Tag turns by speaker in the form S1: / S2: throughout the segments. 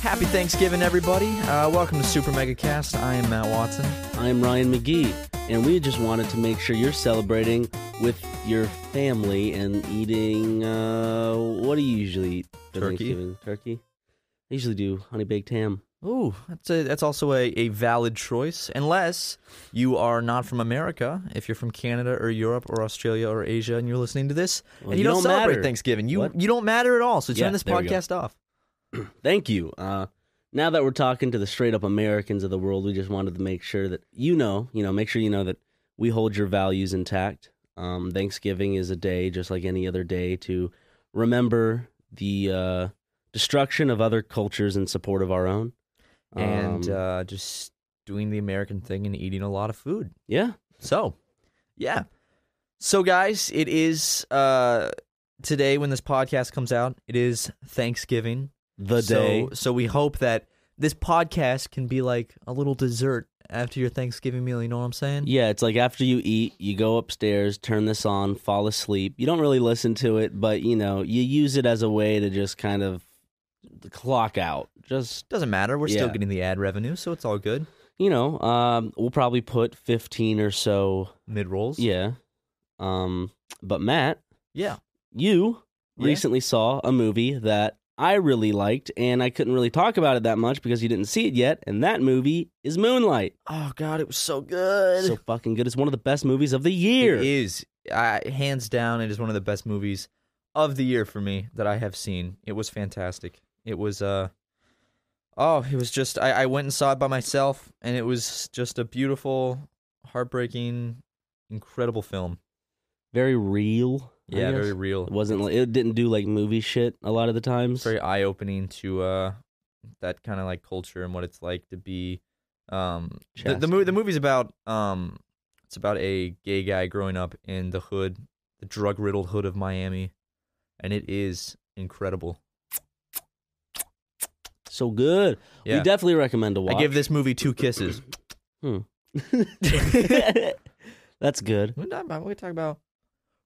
S1: Happy Thanksgiving, everybody. Uh, welcome to Super Mega Cast. I am Matt Watson.
S2: I'm Ryan McGee, and we just wanted to make sure you're celebrating with your family and eating. Uh, what do you usually eat for
S1: Turkey.
S2: Thanksgiving? Turkey. I usually do honey baked ham.
S1: Ooh, that's, a, that's also a, a valid choice, unless you are not from America. If you're from Canada or Europe or Australia or Asia and you're listening to this,
S2: Well,
S1: and you,
S2: you
S1: don't,
S2: don't
S1: celebrate
S2: matter.
S1: Thanksgiving, you
S2: What?
S1: you don't matter at all. So turn
S2: Yeah,
S1: this
S2: there we go.
S1: podcast off.
S2: Thank you. Uh, now that we're talking to the straight up Americans of the world, we just wanted to make sure that you know, you know, make sure you know that we hold your values intact. Um, Thanksgiving is a day just like any other day to remember the uh, destruction of other cultures in support of our own.
S1: and
S2: Um,
S1: uh, just doing the American thing and eating a lot of food.
S2: yeah,
S1: So, yeah. So, guys, it is uh, today when this podcast comes out. It is Thanksgiving.
S2: the
S1: so,
S2: day.
S1: So we hope that this podcast can be like a little dessert after your Thanksgiving meal. You know what I'm saying?
S2: Yeah, it's like after you eat, you go upstairs, turn this on, fall asleep. You don't really listen to it, but you know, you use it as a way to just kind of clock out. Just
S1: Doesn't matter. We're still
S2: Yeah.
S1: getting the ad revenue, so it's all good.
S2: you know, um, we'll probably put fifteen or so.
S1: Mid rolls.
S2: Yeah. Um, but Matt,
S1: Yeah.
S2: you
S1: Yeah.
S2: recently saw a movie that I really liked, and I couldn't really talk about it that much because you didn't see it yet. And that movie is Moonlight.
S1: Oh God, it was so good.
S2: So fucking good. It's one of the best movies of the year.
S1: It is I, hands down. It is one of the best movies of the year for me that I have seen. It was fantastic. It was uh oh, it was just I, I went and saw it by myself, and it was just a beautiful, heartbreaking, incredible film.
S2: Very real. I
S1: Yeah,
S2: guess.
S1: very real.
S2: It wasn't. like It didn't do like movie shit a lot of the times.
S1: It's very eye opening to uh that kind of like culture and what it's like to be um the the, mo-
S2: Chastity.
S1: the movie's about um it's about a gay guy growing up in the hood, the drug riddled hood of Miami, and it is incredible.
S2: so good.
S1: Yeah.
S2: We definitely recommend a watch.
S1: I give this movie two kisses.
S2: That's good.
S1: We're not about- we're talking about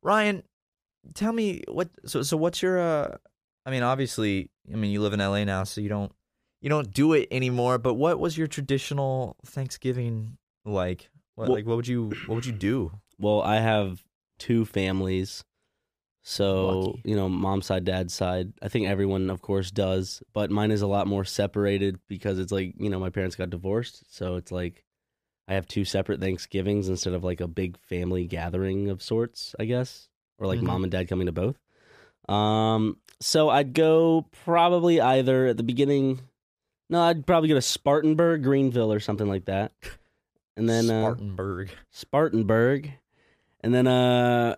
S1: Ryan. Tell me what so so what's your uh I mean obviously I mean you live in LA now so you don't you don't do it anymore but what was your traditional Thanksgiving like what
S2: Well-
S1: like what would you what would you do
S2: Well, I have two families. So,
S1: Lucky.
S2: you know, mom's side, dad's side. I think everyone, of course, does, but mine is a lot more separated because it's like, you know, my parents got divorced. So it's like I have two separate Thanksgivings instead of like a big family gathering of sorts, I guess, or like
S1: Mhm.
S2: mom and dad coming to both. Um, so I'd go probably either at the beginning. No, I'd probably go to Spartanburg, Greenville, or something like that. And then, uh,
S1: Spartanburg
S2: Spartanburg. And then uh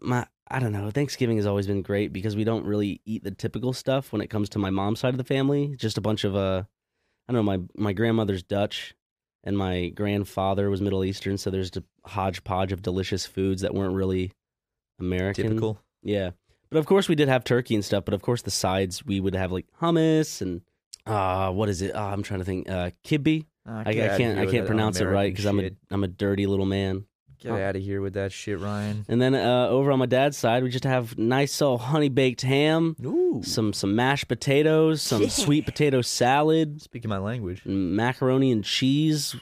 S2: my I don't know, Thanksgiving has always been great because we don't really eat the typical stuff when it comes to my mom's side of the family. Just a bunch of uh I don't know, my my grandmother's Dutch and my grandfather was Middle Eastern, so there's a hodgepodge of delicious foods that weren't really American.
S1: Typical.
S2: Yeah. But of course we did have turkey and stuff, but of course the sides we would have like hummus and uh what is it? Uh, I'm trying to think. Uh kibbe. I, I can't I can't pronounce it right cuz I'm a I'm a dirty little man.
S1: Get out of here with that shit, Ryan.
S2: And then uh, over on my dad's side, we just have nice old honey baked ham,
S1: Ooh.
S2: some some mashed potatoes, some
S3: Yeah.
S2: sweet potato salad,
S1: Speaking my language.
S2: macaroni and cheese.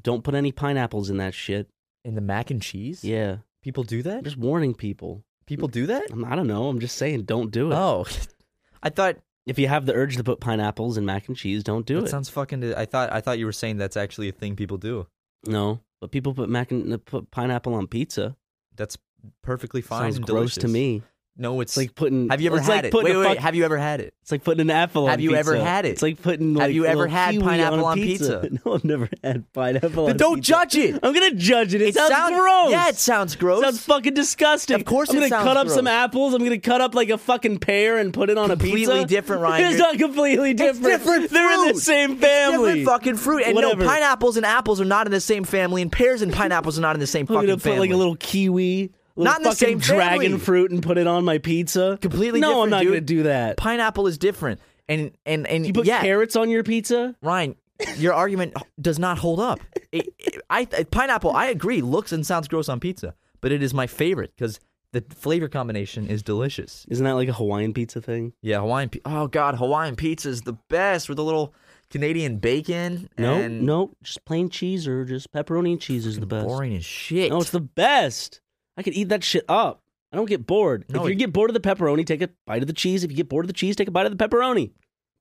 S2: Don't put any pineapples in that shit.
S1: In the mac and cheese?
S2: Yeah,
S1: People do that?
S2: I'm just warning people.
S1: People do that?
S2: I'm- I don't know. I'm just saying, don't do it.
S1: Oh. I thought
S2: If you have the urge to put pineapples in mac and cheese, don't do
S1: that
S2: it.
S1: sounds fucking I thought I thought you were saying that's actually a thing people do.
S2: no, but people put mac and put pineapple on pizza.
S1: That's perfectly fine
S2: Sounds
S1: and
S2: gross to
S1: delicious.
S2: me.
S1: No, it's
S2: It's like putting.
S1: Have you ever
S2: it's
S1: had
S2: like
S1: it? Wait,
S2: putting
S1: wait,
S2: a fuck-
S1: wait, have you ever had it?
S2: It's like putting an apple on
S1: Have you
S2: pizza.
S1: ever had it?
S2: It's like putting
S1: Have
S2: like,
S1: you ever
S2: little
S1: had
S2: kiwi
S1: pineapple
S2: on,
S1: on
S2: a pizza.
S1: pizza?
S2: no, I've never had pineapple
S1: But
S2: on
S1: don't
S2: pizza.
S1: judge it.
S2: I'm going to judge it. It, sounds,
S1: sound-
S2: gross.
S1: Yeah, it sounds gross.
S2: It sounds fucking disgusting.
S1: Of course
S2: I'm
S1: it
S2: gonna
S1: sounds
S2: cut up some
S1: gross.
S2: apples. I'm gonna cut up like a fucking pear and put it on
S1: Completely
S2: a pizza.
S1: different, Ryan.
S2: It's
S1: You're-
S2: not completely different.
S1: different
S2: They're in the
S1: fruit.
S2: same family.
S1: Different fucking fruit. And
S2: Whatever.
S1: no, pineapples and apples are not in the same family, and pears and pineapples are not in the same
S2: I'm
S1: fucking
S2: gonna put
S1: family.
S2: like a little kiwi, little
S1: Not in the
S2: fucking
S1: same
S2: dragon
S1: family.
S2: fruit, and put it on my pizza.
S1: Completely
S2: No, I'm
S1: different,
S2: not
S1: dude.
S2: gonna do that.
S1: Pineapple is different. And and and
S2: you put
S1: yeah,
S2: carrots on your pizza?
S1: Ryan, your argument does not hold up. It, it- I pineapple, I agree, looks and sounds gross on pizza, but it is my favorite because the flavor combination is delicious.
S2: Isn't that like a Hawaiian pizza thing?
S1: Yeah, Hawaiian. pi- Oh God, Hawaiian pizza is the best with a little Canadian bacon.
S2: No,
S1: and
S2: no, just plain cheese or just pepperoni and cheese is the best.
S1: boring as shit.
S2: No, it's the best. I could eat that shit up. I don't get bored.
S1: No,
S2: if you
S1: it-
S2: get bored of the pepperoni, take a bite of the cheese. If you get bored of the cheese, take a bite of the pepperoni.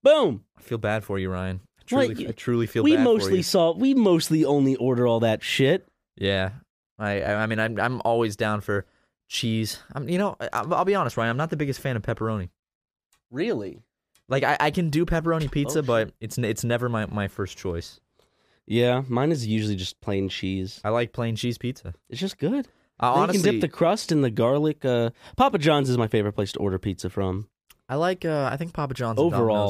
S2: Boom.
S1: I feel bad for you, Ryan. I
S2: Well,
S1: truly,
S2: you-
S1: I truly feel
S2: we
S1: bad for
S2: mostly
S1: you.
S2: saw. We mostly only order all that shit.
S1: Yeah, I, I, I mean, I'm, I'm always down for cheese. I'm, you know, I, I'll be honest, Ryan. I'm not the biggest fan of pepperoni.
S2: Really?
S1: Like, I, I can do pepperoni pizza,
S2: shit.
S1: but it's, n- it's never my, my first choice.
S2: Yeah, mine is usually just plain cheese.
S1: I like plain cheese pizza.
S2: It's just good.
S1: I
S2: Then
S1: honestly,
S2: you can dip the crust in the garlic. Uh, Papa John's is my favorite place to order pizza from.
S1: I like. Uh, I think Papa John's
S2: Overall-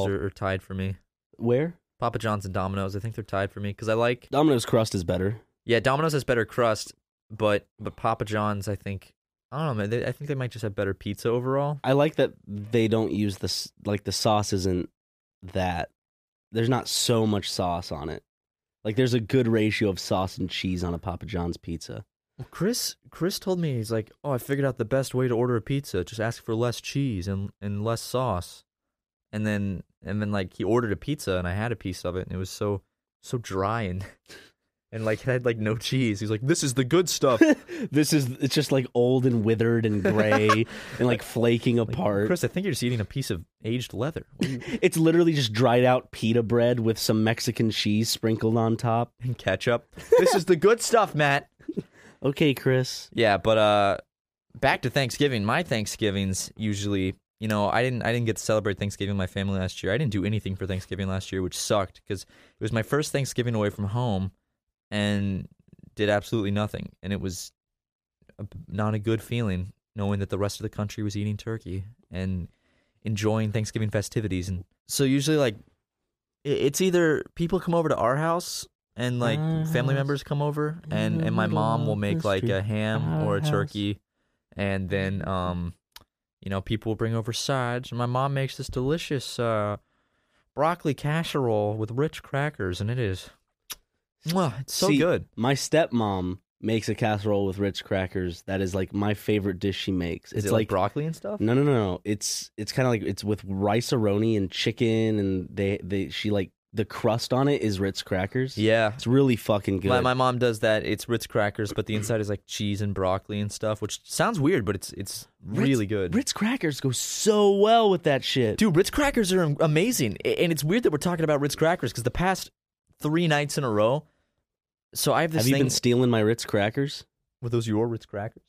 S1: and Domino's are, are tied for me.
S2: Where
S1: Papa John's and Domino's, I think they're tied for me because I like.
S2: Domino's crust is better.
S1: Yeah, Domino's has better crust, but but Papa John's, I think. I don't know, man. They, I think they might just have better pizza overall.
S2: I like that they don't use the s like the sauce isn't that there's not so much sauce on it. Like there's a good ratio of sauce and cheese on a Papa John's pizza.
S1: Well, Chris, Chris told me he's like, "Oh, I figured out the best way to order a pizza. Just ask for less cheese and and less sauce." And then and then like he ordered a pizza and I had a piece of it and it was so so dry and and like had like no cheese. He's like, "This is the good stuff."
S2: This is it's just like old and withered and gray and like flaking
S1: Like,
S2: apart.
S1: Chris, I think you're just eating a piece of aged leather. What are you-
S2: it's literally just dried out pita bread with some Mexican cheese sprinkled on top.
S1: and ketchup. This is the good stuff, Matt.
S2: Okay, Chris.
S1: Yeah, but uh back to Thanksgiving. My Thanksgivings usually, you know, I didn't I didn't get to celebrate Thanksgiving with my family last year. I didn't do anything for Thanksgiving last year, which sucked cuz it was my first Thanksgiving away from home and did absolutely nothing and it was a, not a good feeling knowing that the rest of the country was eating turkey and enjoying Thanksgiving festivities and so usually like i- it's either people come over to our house and like
S2: Our
S1: family
S2: house
S1: members come over
S2: in
S1: and
S2: the
S1: and my
S2: middle
S1: mom
S2: of
S1: will make
S2: the
S1: like
S2: street.
S1: a ham
S2: Our
S1: or a
S2: house.
S1: turkey and then um you know people will bring over sides and my mom makes this delicious uh broccoli casserole with rich crackers and it is Mwah, it's so
S2: See,
S1: good
S2: My stepmom makes a casserole with Ritz crackers. That is like my favorite dish she makes.
S1: is
S2: it's
S1: it like, broccoli and stuff
S2: No, no, no, no. It's it's kind of like it's with rice aroni and chicken, and they they she like the crust on it is Ritz crackers.
S1: yeah
S2: it's really fucking good.
S1: My, my mom does that. It's Ritz crackers, but the inside is like cheese and broccoli and stuff, which sounds weird, but it's it's really good.
S2: Ritz crackers go so well with that shit.
S1: Dude, Ritz crackers are am- amazing, A- and it's weird that we're talking about Ritz crackers because the past three nights in a row. So I have this
S2: have you
S1: thing.
S2: been stealing my Ritz crackers?
S1: were those your Ritz crackers?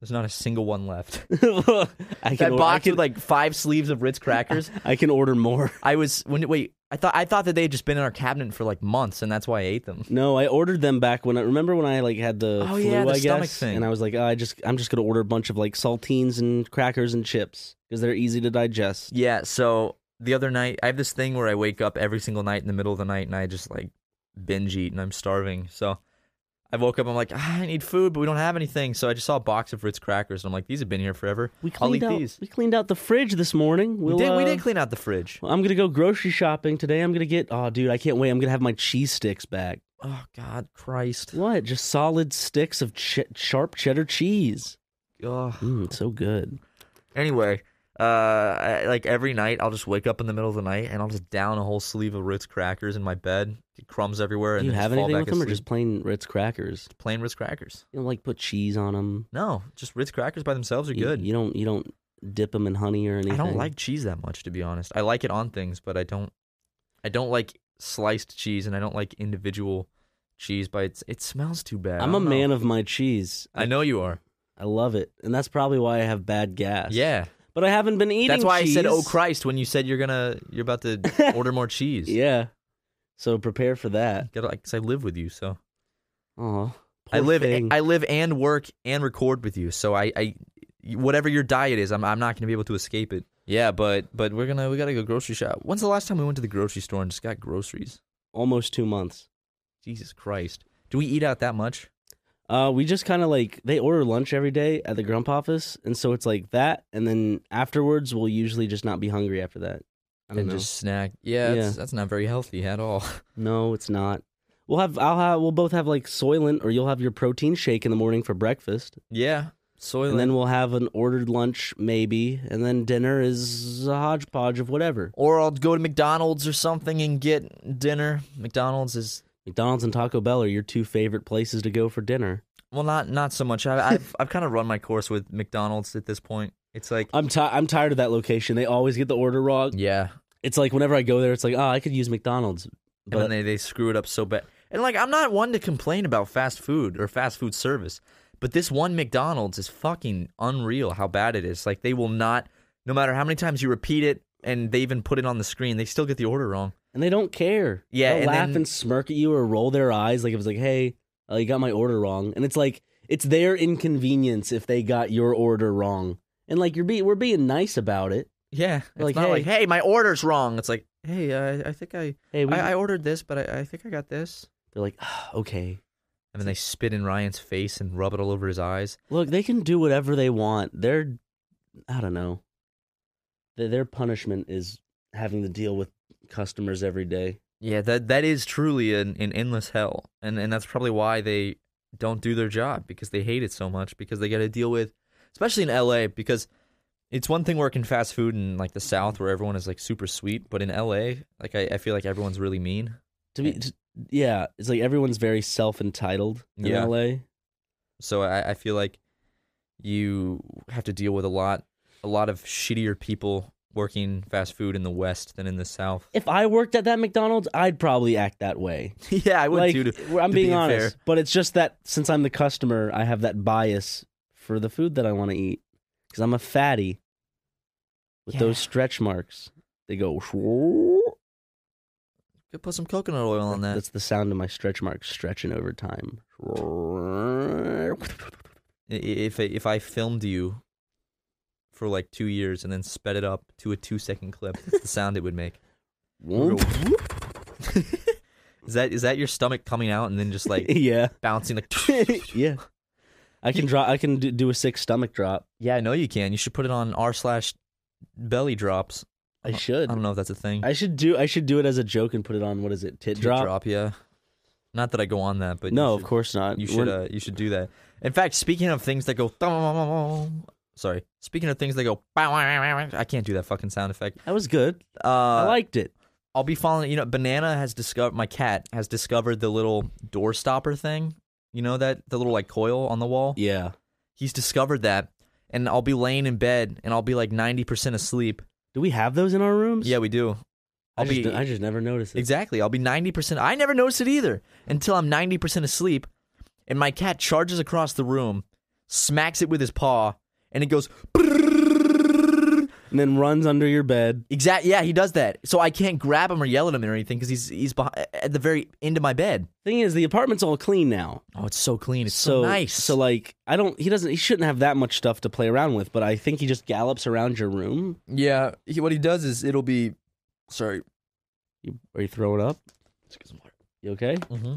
S1: There's not a single one left.
S2: I can
S1: that
S2: or- I
S1: box
S2: can-
S1: with like five sleeves of Ritz crackers.
S2: I can order more.
S1: I was when wait, I thought I thought that they had just been in our cabinet for like months, and that's why I ate them.
S2: No, I ordered them back when I remember when I like had the
S1: Oh,
S2: flu,
S1: yeah, the
S2: I
S1: stomach
S2: guess,
S1: thing.
S2: and I was like, oh, I just I'm just gonna order a bunch of like saltines and crackers and chips because they're easy to digest.
S1: Yeah. So the other night, I have this thing where I wake up every single night in the middle of the night, and I just like binge eat, and I'm starving. So I woke up, I'm like, ah, I need food, but we don't have anything. So I just saw a box of Ritz crackers, and I'm like, these have been here forever.
S2: We
S1: I'll
S2: cleaned
S1: eat
S2: out
S1: these.
S2: we cleaned out the fridge this morning.
S1: We
S2: We'll,
S1: did. We
S2: uh,
S1: did clean out the fridge.
S2: I'm gonna go grocery shopping today. I'm gonna get oh dude, I can't wait. I'm gonna have my cheese sticks back.
S1: Oh God, Christ.
S2: What? Just solid sticks of ch- sharp cheddar cheese.
S1: Ugh.
S2: Mm, it's so good.
S1: Anyway, uh, I, like every night, I'll just wake up in the middle of the night and I'll just down a whole sleeve of Ritz crackers in my bed, get crumbs everywhere,
S2: Do
S1: and
S2: you
S1: then
S2: have
S1: just fall
S2: anything
S1: back
S2: with them, or
S1: asleep.
S2: just plain Ritz crackers?
S1: plain Ritz crackers.
S2: You don't like put cheese on them.
S1: No, just Ritz crackers by themselves are
S2: You-
S1: good.
S2: You, don't you don't dip them in honey or anything.
S1: I don't like cheese that much, to be honest. I like it on things, but I don't. I don't like sliced cheese, and I don't like individual cheese bites. It smells too bad.
S2: I'm a man of my cheese.
S1: I know you are.
S2: I love it, and that's probably why I have bad gas.
S1: Yeah,
S2: but I haven't been eating.
S1: that's why I said, "Oh
S2: cheese."
S1: Christ!" when you said you're gonna you're about to order more cheese.
S2: Yeah, so prepare for that.
S1: Gotta- like, 'cause I live with you, so
S2: Oh,
S1: I live I live and work and record with you. So I, I whatever your diet is, I'm I'm not gonna be able to escape it. Yeah, but but we're gonna we gotta go grocery shop. When's the last time we went to the grocery store and just got groceries?
S2: almost two months.
S1: Jesus Christ! Do we eat out that much?
S2: Uh, we just kind of like they order lunch every day at the grump office, and so it's like that, and then afterwards we'll usually just not be hungry after that. I don't
S1: and
S2: know.
S1: just snack. Yeah, That's, that's not very healthy at all.
S2: No, it's not. We'll have I'll have we'll both have like Soylent, or you'll have your protein shake in the morning for breakfast,
S1: yeah, soy.
S2: and then we'll have an ordered lunch maybe, and then dinner is a hodgepodge of whatever.
S1: or I'll go to McDonald's or something and get dinner. McDonald's is
S2: McDonald's and Taco Bell are your two favorite places to go for dinner.
S1: well, not not so much. I, I've I've kind of run my course with McDonald's at this point. It's like
S2: I'm ti I'm tired of that location. They always get the order wrong.
S1: yeah,
S2: It's like whenever I go there, it's like oh I could use McDonald's, but
S1: and then they they screw it up so bad. And like I'm not one to complain about fast food or fast food service, but this one McDonald's is fucking unreal how bad it is. Like they will not, no matter how many times you repeat it, and they even put it on the screen, they still get the order wrong.
S2: and they don't care.
S1: Yeah,
S2: They'll
S1: and
S2: laugh
S1: then-
S2: and smirk at you or roll their eyes like it was like, hey, uh, you got my order wrong, and it's like it's their inconvenience if they got your order wrong, and like you're be we're being nice about it.
S1: Yeah, it's
S2: Like,
S1: not
S2: hey.
S1: like, hey, my order's wrong. It's like, hey, uh, I, I think I,
S2: Hey, we,
S1: I, I ordered this, but I, I think I got this.
S2: they're like, "Ah, okay,
S1: And then they spit in Ryan's face and rub it all over his eyes.
S2: look, they can do whatever they want. They're, I don't know, their, their punishment is having to deal with customers every day.
S1: Yeah, that that is truly an, an endless hell, and and that's probably why they don't do their job because they hate it so much because they got to deal with, especially in L.A. because it's one thing working fast food in like the South where everyone is like super sweet, but in L.A. like I, I feel like everyone's really mean.
S2: To be, to- yeah, it's like everyone's very self entitled in
S1: Yeah.
S2: L.A.
S1: So I, I feel like you have to deal with a lot, a lot of shittier people working fast food in the West than in the South.
S2: If I worked at that McDonald's, I'd probably act that way.
S1: yeah, I would
S2: like,
S1: too. To,
S2: I'm
S1: to
S2: being
S1: be
S2: honest,
S1: fair.
S2: but it's just that since I'm the customer, I have that bias for the food that I want to eat because I'm a fatty with those stretch marks. They go.
S1: Could put some coconut oil on that.
S2: That's the sound of my stretch marks stretching over time.
S1: I- i- If I- if I filmed you for like two years and then sped it up to a two second clip, that's the sound it would make. Is that is that your stomach coming out and then just like
S2: yeah,
S1: bouncing like?
S2: yeah. I can draw. I can do, do a sick stomach drop.
S1: yeah, I know you can. You should put it on r slash belly drops.
S2: I should.
S1: I don't know if that's a thing.
S2: I should do. I should do it as a joke and put it on. What is it? Tit,
S1: Tit
S2: drop?
S1: yeah. Not that I go on that, but you
S2: No,
S1: should-
S2: of course not.
S1: You
S2: We're-
S1: should uh, you should do that. In fact, speaking of things that go sorry, speaking of things that go I can't do that fucking sound effect.
S2: that was good.
S1: Uh,
S2: I liked it.
S1: I'll be following. You know, Banana has discovered my cat has discovered the little door stopper thing. You know that the little like coil on the wall.
S2: Yeah.
S1: He's discovered that, and I'll be laying in bed and I'll be like ninety percent asleep.
S2: Do we have those in our rooms?
S1: Yeah, we do.
S2: I
S1: I'll
S2: just,
S1: be
S2: I just never noticed it.
S1: exactly. I'll be ninety percent. I never noticed it either until I'm ninety percent asleep, and my cat charges across the room, smacks it with his paw, and it goes.
S2: and then runs under your bed.
S1: Exact. Yeah, he does that. So I can't grab him or yell at him or anything because he's he's behind, at the very end of my bed.
S2: Thing is, the apartment's all clean now.
S1: Oh, it's so clean. It's
S2: so
S1: so, nice.
S2: So like, I don't. He doesn't. He shouldn't have that much stuff to play around with. But I think he just gallops around your room.
S1: yeah, he, what he does is it'll be. Sorry.
S2: You, are you throwing up? You okay?
S1: Mm-hmm.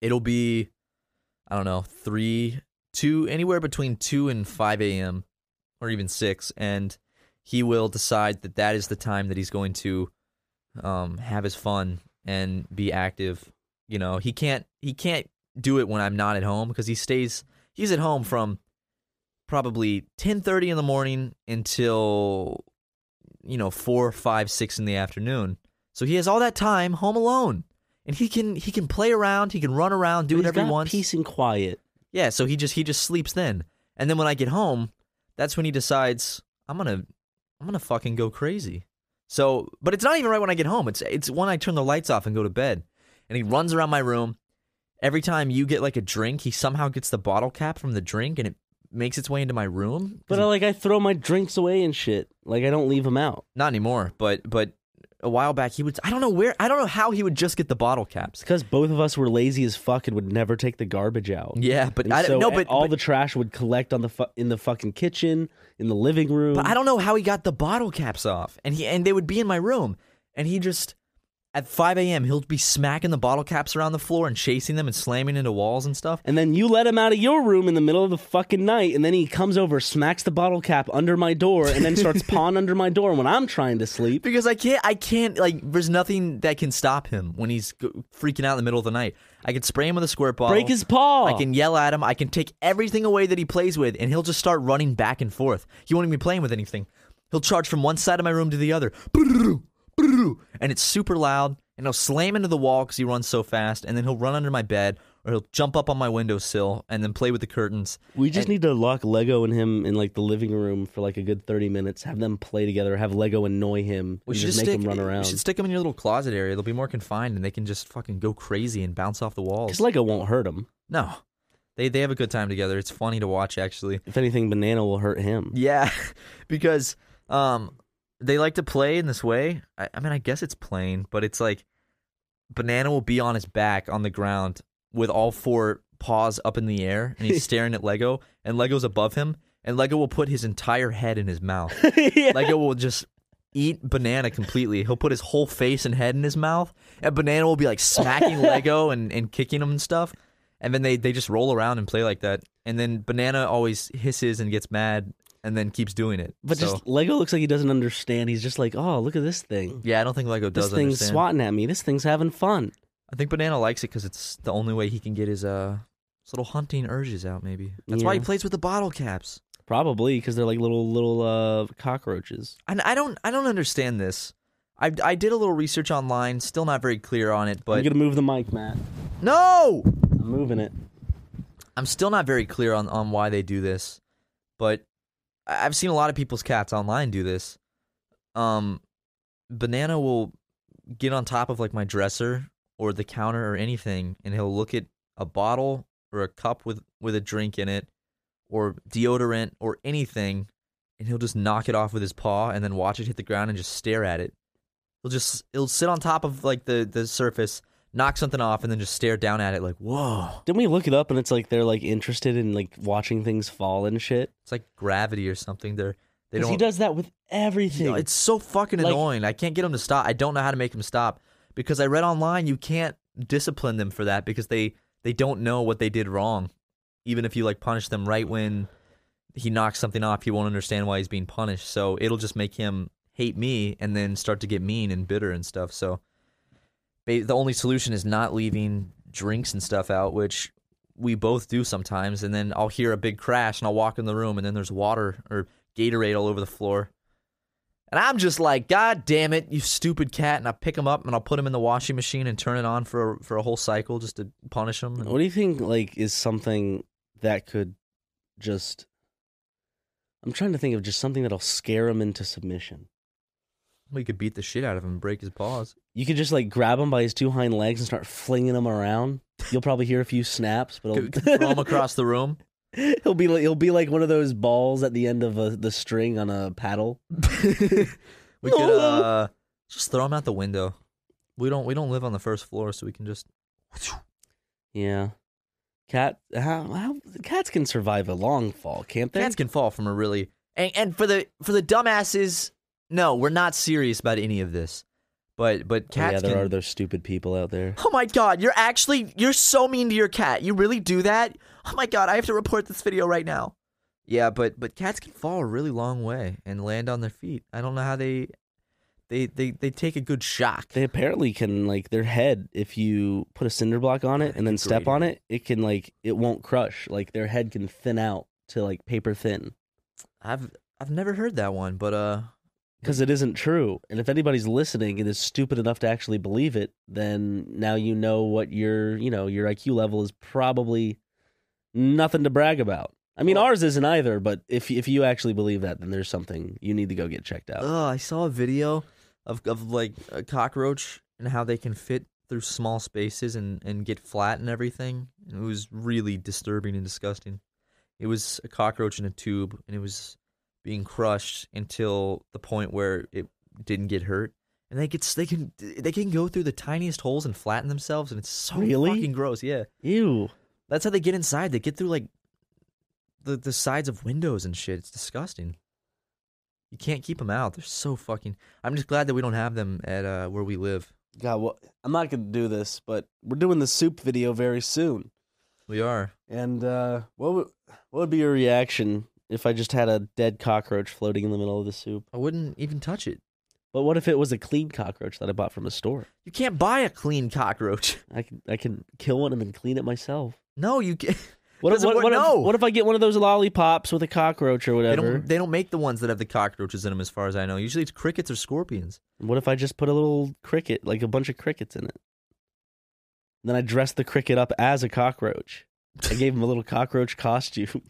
S1: It'll be, I don't know, three, two, anywhere between two and five a.m. or even six, and he will decide that that is the time that he's going to um, have his fun and be active. You know, he can't he can't do it when I'm not at home because he stays he's at home from probably ten thirty in the morning until you know four, five, six in the afternoon. So he has all that time home alone, and he can he can play around, he can run around, do
S2: But he's
S1: whatever he
S2: got
S1: wants.
S2: Peace and quiet.
S1: Yeah, so he just he just sleeps then. And then when I get home, that's when he decides I'm going to I'm going to fucking go crazy. So, but it's not even right when I get home. It's it's when I turn the lights off and go to bed. And he runs around my room. Every time you get like a drink, he somehow gets the bottle cap from the drink and it makes its way into my room. 'Cause
S2: But I, like, I throw my drinks away and shit. Like, I don't leave them out
S1: not anymore, but but a while back he would I don't know where I don't know how he would just get the bottle caps.
S2: because both of us were lazy as fuck and would never take the garbage out.
S1: Yeah, but
S2: And
S1: I
S2: so
S1: don't know but
S2: all
S1: but-
S2: the trash would collect on the fu- in the fucking kitchen, in the living room.
S1: But I don't know how he got the bottle caps off, and he and they would be in my room, and he just at 5 a.m. he'll be smacking the bottle caps around the floor and chasing them and slamming into walls and stuff.
S2: And then you let him out of your room in the middle of the fucking night, and then he comes over, smacks the bottle cap under my door, and then starts pawing under my door when I'm trying to sleep.
S1: Because I can't, I can't like. There's nothing that can stop him when he's g- freaking out in the middle of the night. I can spray him with a squirt bottle,
S2: Break his paw.
S1: I can yell at him. I can take everything away that he plays with, and he'll just start running back and forth. He won't even be playing with anything. He'll charge from one side of my room to the other, and it's super loud. And he'll slam into the wall because he runs so fast, and then he'll run under my bed, or he'll jump up on my windowsill, and then play with the curtains.
S2: We just need to lock Lego and him in like the living room for like a good thirty minutes. Have them play together. Have Lego annoy him.
S1: We
S2: and
S1: should
S2: just
S1: just
S2: make
S1: stick,
S2: him run around.
S1: We should stick them in your little closet area. They'll be more confined, and they can just fucking go crazy and bounce off the walls.
S2: Because Lego won't hurt him.
S1: No. They they have a good time together. It's funny to watch actually.
S2: If anything, banana will hurt him.
S1: Yeah. because um they like to play in this way. I, I mean I guess it's plain, but it's like banana will be on his back on the ground with all four paws up in the air and he's staring at Lego and Lego's above him and Lego will put his entire head in his mouth.
S2: Yeah.
S1: Lego will just eat banana completely. He'll put his whole face and head in his mouth, and banana will be like smacking Lego and, and kicking him and stuff. And then they, they just roll around and play like that. And then banana always hisses and gets mad and then keeps doing it.
S2: But
S1: So,
S2: just Lego looks like he doesn't understand. He's just like, oh, look at this thing.
S1: yeah, I don't think Lego
S2: This
S1: does
S2: thing's
S1: understand.
S2: swatting at me. This thing's having fun.
S1: I think banana likes it because it's the only way he can get his uh His little hunting urges out, maybe. That's why he
S2: Yeah.
S1: plays with the bottle caps.
S2: Probably because they're like little little uh, cockroaches.
S1: And I don't, I don't understand this. I, I did a little research online. Still not very clear on it,
S2: I'm
S1: but
S2: gonna move the mic, Matt.
S1: no,
S2: I'm moving it.
S1: I'm still not very clear on on why they do this. But I- I've seen a lot of people's cats online do this. Um, banana will get on top of like my dresser or the counter or anything, and he'll look at a bottle or a cup with with a drink in it, or deodorant or anything, and he'll just knock it off with his paw and then watch it hit the ground and just stare at it. He'll just he'll sit on top of like the the surface, knock something off, and then just stare down at it like whoa.
S2: Didn't we look it up and it's like they're like interested in like watching things fall and shit?
S1: It's like gravity or something. They're they
S2: Because
S1: don't.
S2: he does that with everything.
S1: No, it's so fucking
S2: Like-
S1: annoying. I can't get them to stop. I don't know how to make them stop because I read online you can't discipline them for that because they they don't know what they did wrong. Even if you like punish them right when he knocks something off, he won't understand why he's being punished. So it'll just make him hate me and then start to get mean and bitter and stuff. So ba- the only solution is not leaving drinks and stuff out, which we both do sometimes. And then I'll hear a big crash and I'll walk in the room and then there's water or Gatorade all over the floor. And I'm just like, God damn it, you stupid cat! And I pick him up and I'll put him in the washing machine and turn it on for a, for a whole cycle just to punish him.
S2: What do you think like is something that could just I'm trying to think of just something that'll scare him into submission.
S1: We could beat the shit out of him and break his paws.
S2: You could just like grab him by his two hind legs and start flinging him around. You'll probably hear a few snaps, but
S1: Could-
S2: he'll,
S1: could throw him across the room.
S2: he'll be like, he'll be like one of those balls at the end of a, the string on a paddle.
S1: We could uh, just throw him out the window. We don't we don't live on the first floor, so we can just
S2: Yeah, cat. How, how cats can survive a long fall, can't they?
S1: cats can fall from a really and, and for the for the dumbasses. No, we're not serious about any of this. But but
S2: Oh, yeah,
S1: cats
S2: there
S1: can
S2: are those stupid people out there.
S1: Oh my god, you're actually you're so mean to your cat. You really do that? Oh my god, I have to report this video right now. Yeah, but but cats can fall a really long way and land on their feet. I don't know how they they they, they take a good shock.
S2: They apparently can like their head. If you put a cinder block on it and then step on it, it can like it won't crush. Like their head can thin out to like paper thin
S1: I've I've never heard that one, but uh
S2: because it isn't true. And if anybody's listening and is stupid enough to actually believe it, then now you know what your you know your IQ level is probably nothing to brag about. I mean, ours isn't either. But if if you actually believe that, then there's something you need to go get checked out.
S1: Ugh, I saw a video of of like a cockroach and how they can fit through small spaces and and get flat and everything. And it was really disturbing and disgusting. It was a cockroach in a tube and it was being crushed until the point where it didn't get hurt. And they get s- they can they can go through the tiniest holes and flatten themselves and it's so
S2: Really?
S1: fucking gross. Yeah.
S2: Ew.
S1: That's how they get inside. They get through like the the sides of windows and shit. It's disgusting. You can't keep them out. They're so fucking. I'm just glad that we don't have them at uh, where we live.
S2: God, well, I'm not going to do this, but we're doing the soup video very soon.
S1: We are.
S2: And uh, what would what would be your reaction if I just had a dead cockroach floating in the middle of the soup?
S1: I wouldn't even touch it.
S2: But what if it was a clean cockroach that I bought from a store?
S1: You can't buy a clean cockroach.
S2: I can I can kill one and then clean it myself.
S1: No, you can't.
S2: What if
S1: Doesn't
S2: what,
S1: work-
S2: what,
S1: no.
S2: if, what if I get one of those lollipops with a cockroach or
S1: They
S2: whatever?
S1: don't. They don't make the ones that have the cockroaches in them, as far as I know. Usually it's crickets or scorpions.
S2: What if I just put a little cricket, like a bunch of crickets in it? Then I dressed the cricket up as a cockroach. I gave him a little cockroach costume.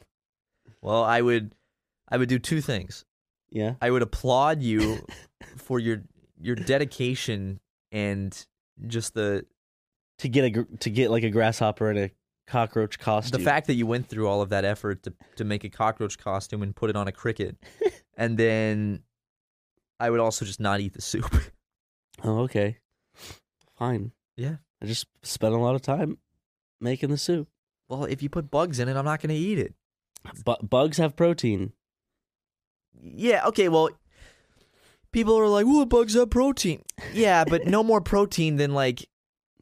S1: Well, I would. I would do two things.
S2: yeah.
S1: I would applaud you for your your dedication and just the
S2: to get a gr- to get like a grasshopper in a cockroach
S1: the
S2: costume.
S1: fact that you went through all of that effort to, to make a cockroach costume and put it on a cricket and then i would also just not eat the soup
S2: Oh, okay. Fine.
S1: Yeah.
S2: I just spent a lot of time making the soup.
S1: well if you put bugs in it i'm not going to eat it
S2: Bu- bugs have protein.
S1: yeah okay well people are like well bugs have protein yeah but no more protein than like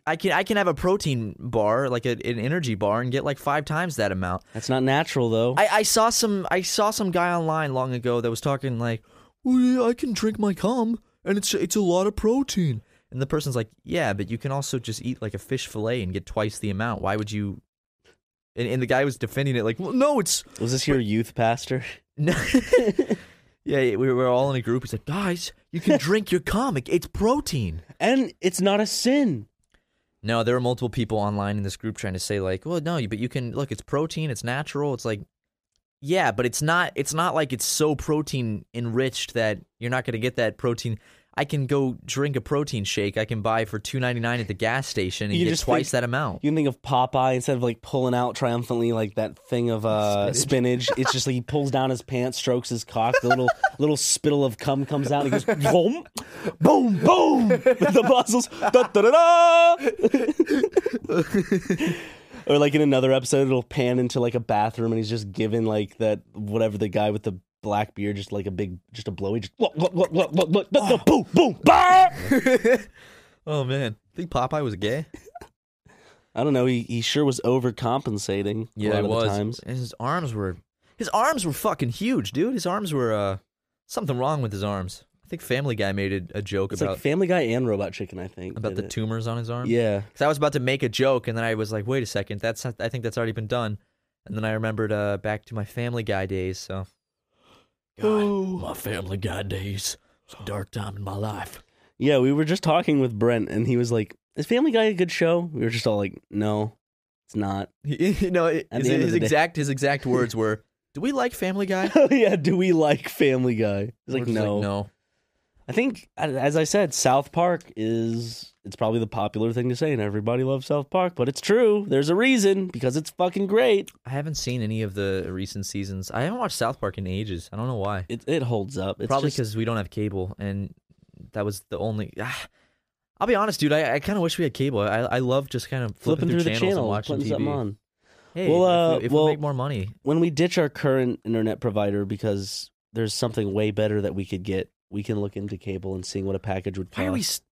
S1: i can i can have a protein bar like a, an energy bar and get like five times that amount
S2: That's not natural though.
S1: I, I saw some I saw some guy online long ago that was talking like, "Oh yeah, I can drink my cum, and it's it's a lot of protein." And the person's like, "Yeah, but you can also just eat like a fish fillet and get twice the amount. Why would you and, and the guy was defending it like, well, no, it's
S2: Was this your youth pastor?
S1: no. yeah, we were all in a group. He said, guys, you can drink your comic. It's protein.
S2: And it's not a sin.
S1: No, there were multiple people online in this group trying to say like, "Well, no, but you can look. It's protein. It's natural. It's like, yeah, but it's not. It's not like it's so protein enriched that you're not going to get that protein. I can go drink a protein shake. I can buy for two ninety nine at the gas station and
S2: You
S1: get
S2: just
S1: twice
S2: think-
S1: that amount.
S2: You can think of Popeye instead of like pulling out triumphantly like that thing of uh, spinach. It's just like he pulls down his pants, strokes his cock, the little little spittle of cum comes out, and he goes boom, boom, boom. The muscles, da da da da. Or like in another episode, it'll pan into like a bathroom, and he's just given like that whatever the guy with the black beard, just like a big, just a blowy, just look, look, look, look, look, look, look, boom, boom, bah!
S1: oh man, think Popeye was gay.
S2: I don't know. He he sure was overcompensating. a lot
S1: Yeah, it
S2: of
S1: was.
S2: The times.
S1: And his arms were, his arms were fucking huge, dude. His arms were uh, something wrong with his arms. I think Family Guy made it a joke
S2: It's
S1: about
S2: like Family Guy and Robot Chicken, I think.
S1: about
S2: did
S1: the
S2: it.
S1: tumors on his arm.
S2: Yeah.
S1: because I was about to make a joke, and then I was like, "Wait a second, that's not, I think that's already been done." And then I remembered uh, back to my Family Guy days. So, my Family Guy days, it's a dark time in my life.
S2: Yeah, we were just talking with Brent, and he was like, "Is Family Guy a good show?" We were just all like, "No, it's not."
S1: you know, it-
S2: At
S1: his,
S2: the end of
S1: his
S2: the day.
S1: exact his exact words were, "Do we like Family Guy?" It's
S2: Oh yeah, do we like Family Guy? He's like, no.
S1: no.
S2: I think, a- as I said, South Park is. It's probably the popular thing to say, and everybody loves South Park, but it's true. There's a reason because it's fucking great.
S1: I haven't seen any of the recent seasons. I haven't watched South Park in ages. I don't know why.
S2: It it holds up. It's
S1: Probably
S2: just-
S1: because we don't have cable, and that was the only. Ah, I'll be honest, dude. I, I kind of wish we had cable. I I love just kind of flipping,
S2: flipping through the
S1: channels
S2: channel,
S1: and watching
S2: putting
S1: TV.
S2: something on.
S1: Hey,
S2: Well,
S1: if, we,
S2: uh,
S1: if
S2: well-
S1: we make more money,
S2: when we ditch our current internet provider because there's something way better that we could get, we can look into cable and seeing what a package would cost.
S1: why are we? St- uh,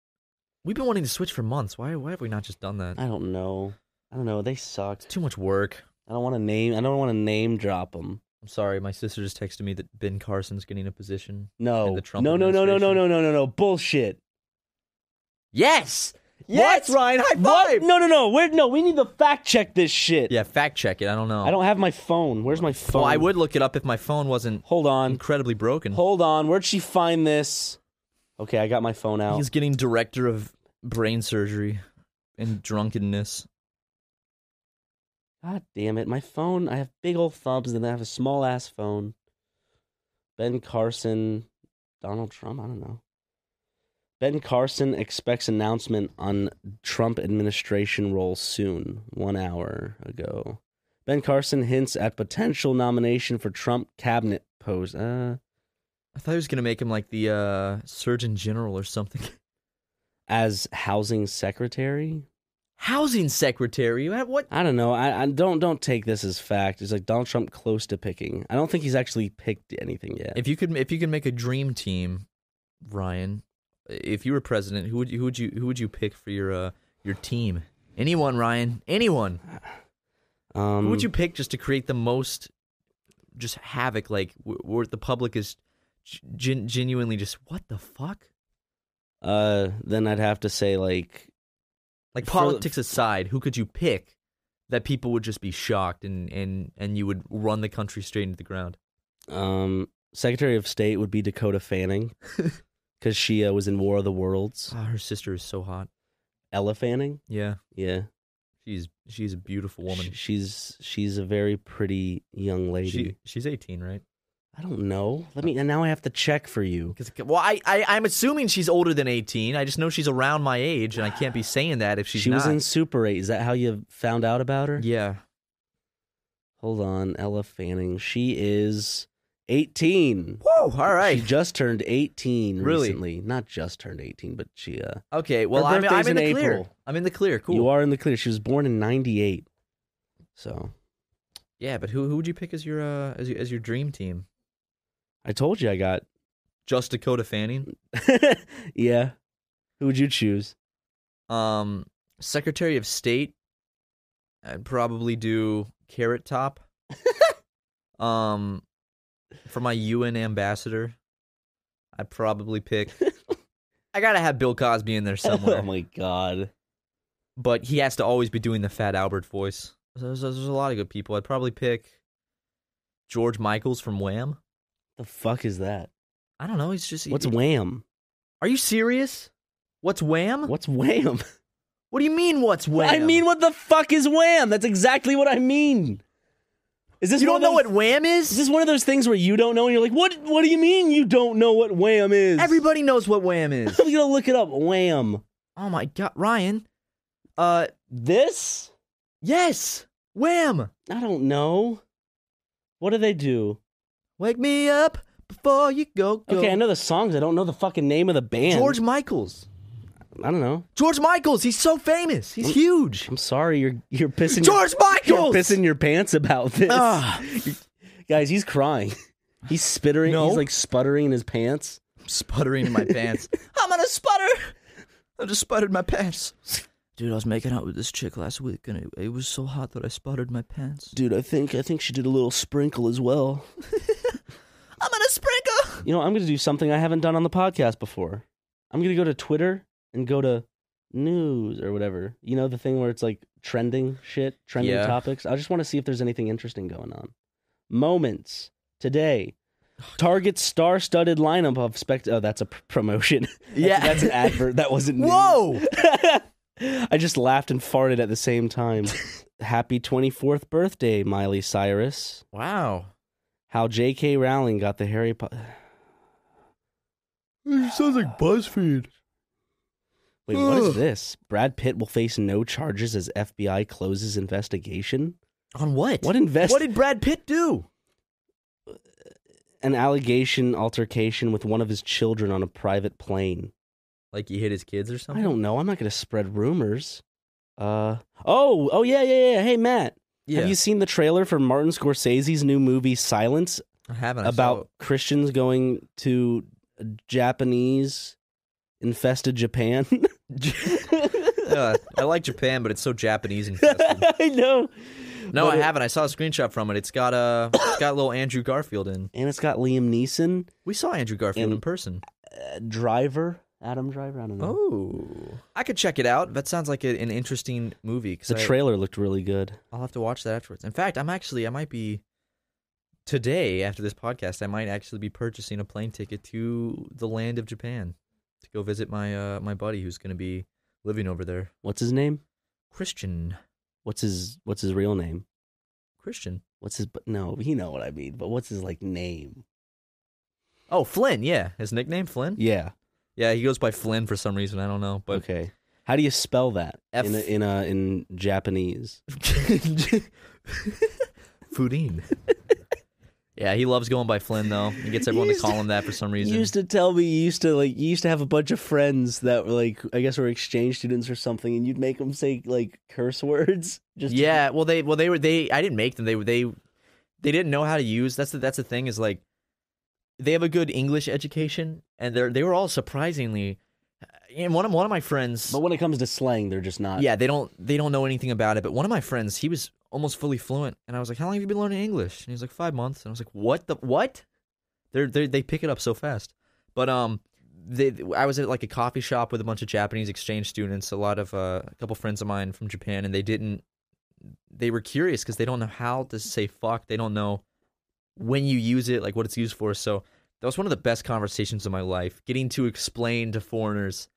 S1: We've been wanting to switch for months. Why? Why have we not just done that?
S2: I don't know. I don't know. They sucked.
S1: Too much work.
S2: I don't want to name. I don't want to name drop them.
S1: I'm sorry. My sister just texted me that Ben Carson's getting a position.
S2: No.
S1: in the Trump
S2: no. No. No. No. No.
S1: administration.
S2: No. No. No. No. Bullshit.
S1: Yes.
S2: Yes!
S1: Yes, Ryan. High
S2: What?
S1: five.
S2: No. No. No. Where? No. We need to fact check this shit.
S1: Yeah, fact check it. I don't know.
S2: I don't have my phone. Where's my phone?
S1: Well, I would look it up if my phone wasn't
S2: Hold on.
S1: incredibly broken.
S2: Hold on. Where'd she find this? Okay, I got my phone out.
S1: He's getting director of brain surgery and drunkenness.
S2: God damn it. My phone, I have big old thumbs and I have a small ass phone. Ben Carson, Donald Trump, I don't know. Ben Carson expects announcement on Trump administration role soon, one hour ago. Ben Carson hints at potential nomination for Trump cabinet post. Uh,
S1: I thought he was gonna make him like the uh, Surgeon General or something.
S2: as housing secretary?
S1: Housing secretary. What?
S2: I don't know. I, I don't don't take this as fact. It's like Donald Trump close to picking. I don't think he's actually picked anything yet.
S1: If you could, if you could make a dream team, Ryan, if you were president, who would you, who would you, who would you pick for your uh, your team? Anyone, Ryan? Anyone?
S2: um,
S1: who would you pick just to create the most just havoc? Like wh- where the public is gen- genuinely just what the fuck?
S2: uh, then I'd have to say like
S1: Like
S2: For-
S1: politics aside, who could you pick that people would just be shocked and and and you would run the country straight into the ground?
S2: um, Secretary of State would be Dakota Fanning because she uh, was in War of the Worlds.
S1: Ah, her sister is so hot.
S2: Ella Fanning,
S1: Yeah,
S2: yeah,
S1: she's she's a beautiful woman.
S2: Sh- she's she's a very pretty young lady.
S1: She, she's eighteen, right?
S2: I don't know. Let me and now I have to check for you.
S1: Because well, I, I I'm assuming she's older than 18. I just know she's around my age, and I can't be saying that if she's
S2: she
S1: not.
S2: was in Super Eight. Is that how you found out about her?
S1: yeah,
S2: Hold on, Ella Fanning. She is eighteen.
S1: Whoa! All right.
S2: She just turned eighteen
S1: Really?
S2: recently. Not just turned eighteen, but she uh
S1: okay. Well,
S2: Her
S1: I'm, I'm
S2: birthday's
S1: in the
S2: in
S1: clear.
S2: April.
S1: I'm in the clear. Cool.
S2: You are in the clear. She was born in '98, so
S1: Yeah, but who who would you pick as your uh as your, as your dream team?
S2: I told you I got.
S1: Just Dakota Fanning,
S2: yeah, who would you choose?
S1: um, Secretary of State. I'd probably do Carrot Top. um, for my UN ambassador, I'd probably pick. I gotta have Bill Cosby in there somewhere.
S2: oh my god,
S1: but he has to always be doing the Fat Albert voice. There's, there's a lot of good people. I'd probably pick George Michaels from Wham.
S2: The fuck is that?
S1: I don't know. He's just.
S2: What's
S1: he-
S2: Wham?
S1: Are you serious? What's Wham?
S2: What's Wham?
S1: What do you mean? What's Wham?
S2: I mean, what the fuck is Wham? That's exactly what I mean. Is this
S1: you
S2: one
S1: don't know
S2: of those,
S1: what Wham is?
S2: Is this one of those things where you don't know and you're like, what? What do you mean you don't know what Wham is?
S1: Everybody knows what Wham is.
S2: I'm gonna look it up. Wham.
S1: oh my god, Ryan. Uh,
S2: This?
S1: yes, Wham.
S2: I don't know. What do they do?
S1: Wake me up before you go. go.
S2: Okay, I know the songs. I don't know the fucking name of the band.
S1: George Michaels.
S2: I don't know.
S1: George Michaels. He's so famous. He's
S2: Mm.
S1: huge.
S2: I'm sorry. You're you're pissing.
S1: George
S2: your,
S1: Michaels.
S2: you're pissing your pants about this,
S1: Ah.
S2: guys. He's crying. He's spittering.
S1: No.
S2: He's like sputtering in his pants.
S1: sputtering in my pants. I'm gonna sputter. I just sputtered my pants. Dude, I was making out with this chick last week, and it, it was so hot that I sputtered my pants.
S2: Dude, I think I think she did a little sprinkle as well.
S1: I'm gonna sprinkle.
S2: You know, I'm gonna do something I haven't done on the podcast before. I'm gonna go to Twitter and go to news or whatever. You know, the thing where it's like trending shit, trending
S1: Yeah.
S2: topics. I just want to see if there's anything interesting going on. Moments today. Target's star-studded lineup of spect. Oh, that's a pr- promotion. That's-
S1: Yeah.
S2: that's an advert. That wasn't. news.
S1: Whoa.
S2: I just laughed and farted at the same time. Happy 24th birthday, Miley Cyrus.
S1: Wow.
S2: How J.K. Rowling got the Harry Potter.
S1: It sounds like BuzzFeed.
S2: Wait, what
S1: Ugh.
S2: is this? Brad Pitt will face no charges as FBI closes investigation.
S1: On what?
S2: What invest-
S1: What did Brad Pitt do?
S2: An allegation altercation with one of his children on a private plane.
S1: Like he hit his kids or
S2: I don't know. I'm not going to spread rumors. Uh oh, oh yeah, yeah, yeah. Hey Matt,
S1: Yeah.
S2: have you seen the trailer for Martin Scorsese's new movie Silence
S1: I haven't. I saw
S2: about
S1: it.
S2: Christians going to Japanese infested Japan?
S1: Uh, I like Japan, but it's so Japanese infested.
S2: I know.
S1: No,
S2: But
S1: I
S2: it-
S1: haven't. I saw a screenshot from it. It's got uh, it's got little Andrew Garfield in.
S2: And it's got Liam Neeson.
S1: We saw Andrew Garfield
S2: And-
S1: in person.
S2: Driver, Adam Driver. I don't know.
S1: Oh, I could check it out. That sounds like a, an interesting movie. 'cause
S2: the
S1: I-
S2: trailer looked really good.
S1: I'll have to watch that afterwards. In fact, I'm actually I might be today after this podcast. I might actually be purchasing a plane ticket to the land of Japan to go visit my uh, my buddy who's going to be living over there.
S2: What's his name?
S1: Christian,
S2: What's his What's his real name?
S1: Christian.
S2: What's his? But no, you know what I mean. But what's his like name?
S1: Oh, Flynn. Yeah, his nickname Flynn.
S2: Yeah.
S1: Yeah, he goes by Flynn for some reason. I don't know, but
S2: okay. How do you spell that
S1: F-
S2: in a, in a, in Japanese?
S1: Fudin. yeah, he loves going by Flynn though. He gets everyone to
S2: Used-
S1: call him that for some
S2: You
S1: reason.
S2: used to tell me you used to like you used to have a bunch of friends that were like I guess were exchange students or something, and you'd make them say like curse words. Just to-
S1: yeah, well they well they were they I didn't make them. They were they they didn't know how to use. That's the that's the thing is like they have a good English education and they are they were all surprisingly and one of one of my friends
S2: But when it comes to slang, they're just not.
S1: yeah, they don't they don't know anything about it. But one of my friends, he was almost fully fluent, and I was like, "How long have you been learning English?" And he was like, five months." And I was like, "What the what?" They're they they pick it up so fast. But um, they I was at like a coffee shop with a bunch of Japanese exchange students, a lot of uh, a couple friends of mine from Japan, and they didn't. They were curious because they don't know how to say fuck. They don't know when you use it, like what it's used for. So that was one of the best conversations of my life. Getting to explain to foreigners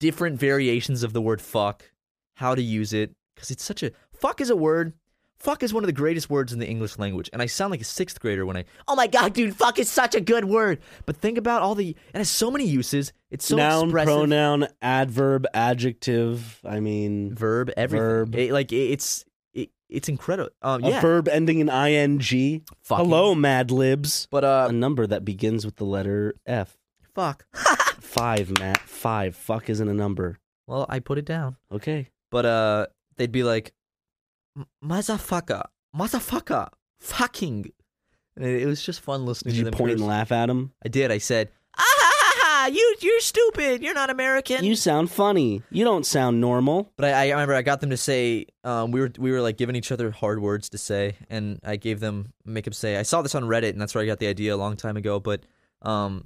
S1: different variations of the word fuck, how to use it, because it's such a fuck is a word. Fuck is one of the greatest words in the English language, and I sound like a sixth grader when I. Oh my god, dude, fuck is such a good word. But think about all the it has so many uses. It's so
S2: Noun,
S1: expressive.
S2: pronoun, adverb, adjective. I mean,
S1: verb, everything.
S2: Verb.
S1: It- like it- it's it, it's incredible. Um,
S2: A
S1: yeah.
S2: verb ending in ing.
S1: Fucking-
S2: Hello, Mad Libs.
S1: But uh,
S2: A number that begins with the letter F.
S1: fuck.
S2: Five, Matt. Five. Fuck isn't a number.
S1: Well, I put it down.
S2: Okay.
S1: But uh, they'd be like, "M- motherfucker, motherfucker, fucking. And it, it was just fun listening
S2: Did
S1: to
S2: you
S1: them
S2: point
S1: curse.
S2: and laugh at him?
S1: I did. I said, ah, ha, ha, ha, you, you're stupid. You're not American.
S2: You sound funny. You don't sound normal.
S1: but I, I remember I got them to say um, we were we were like giving each other hard words to say, and I gave them make them say. I saw this on Reddit, and that's where I got the idea a long time ago. But um,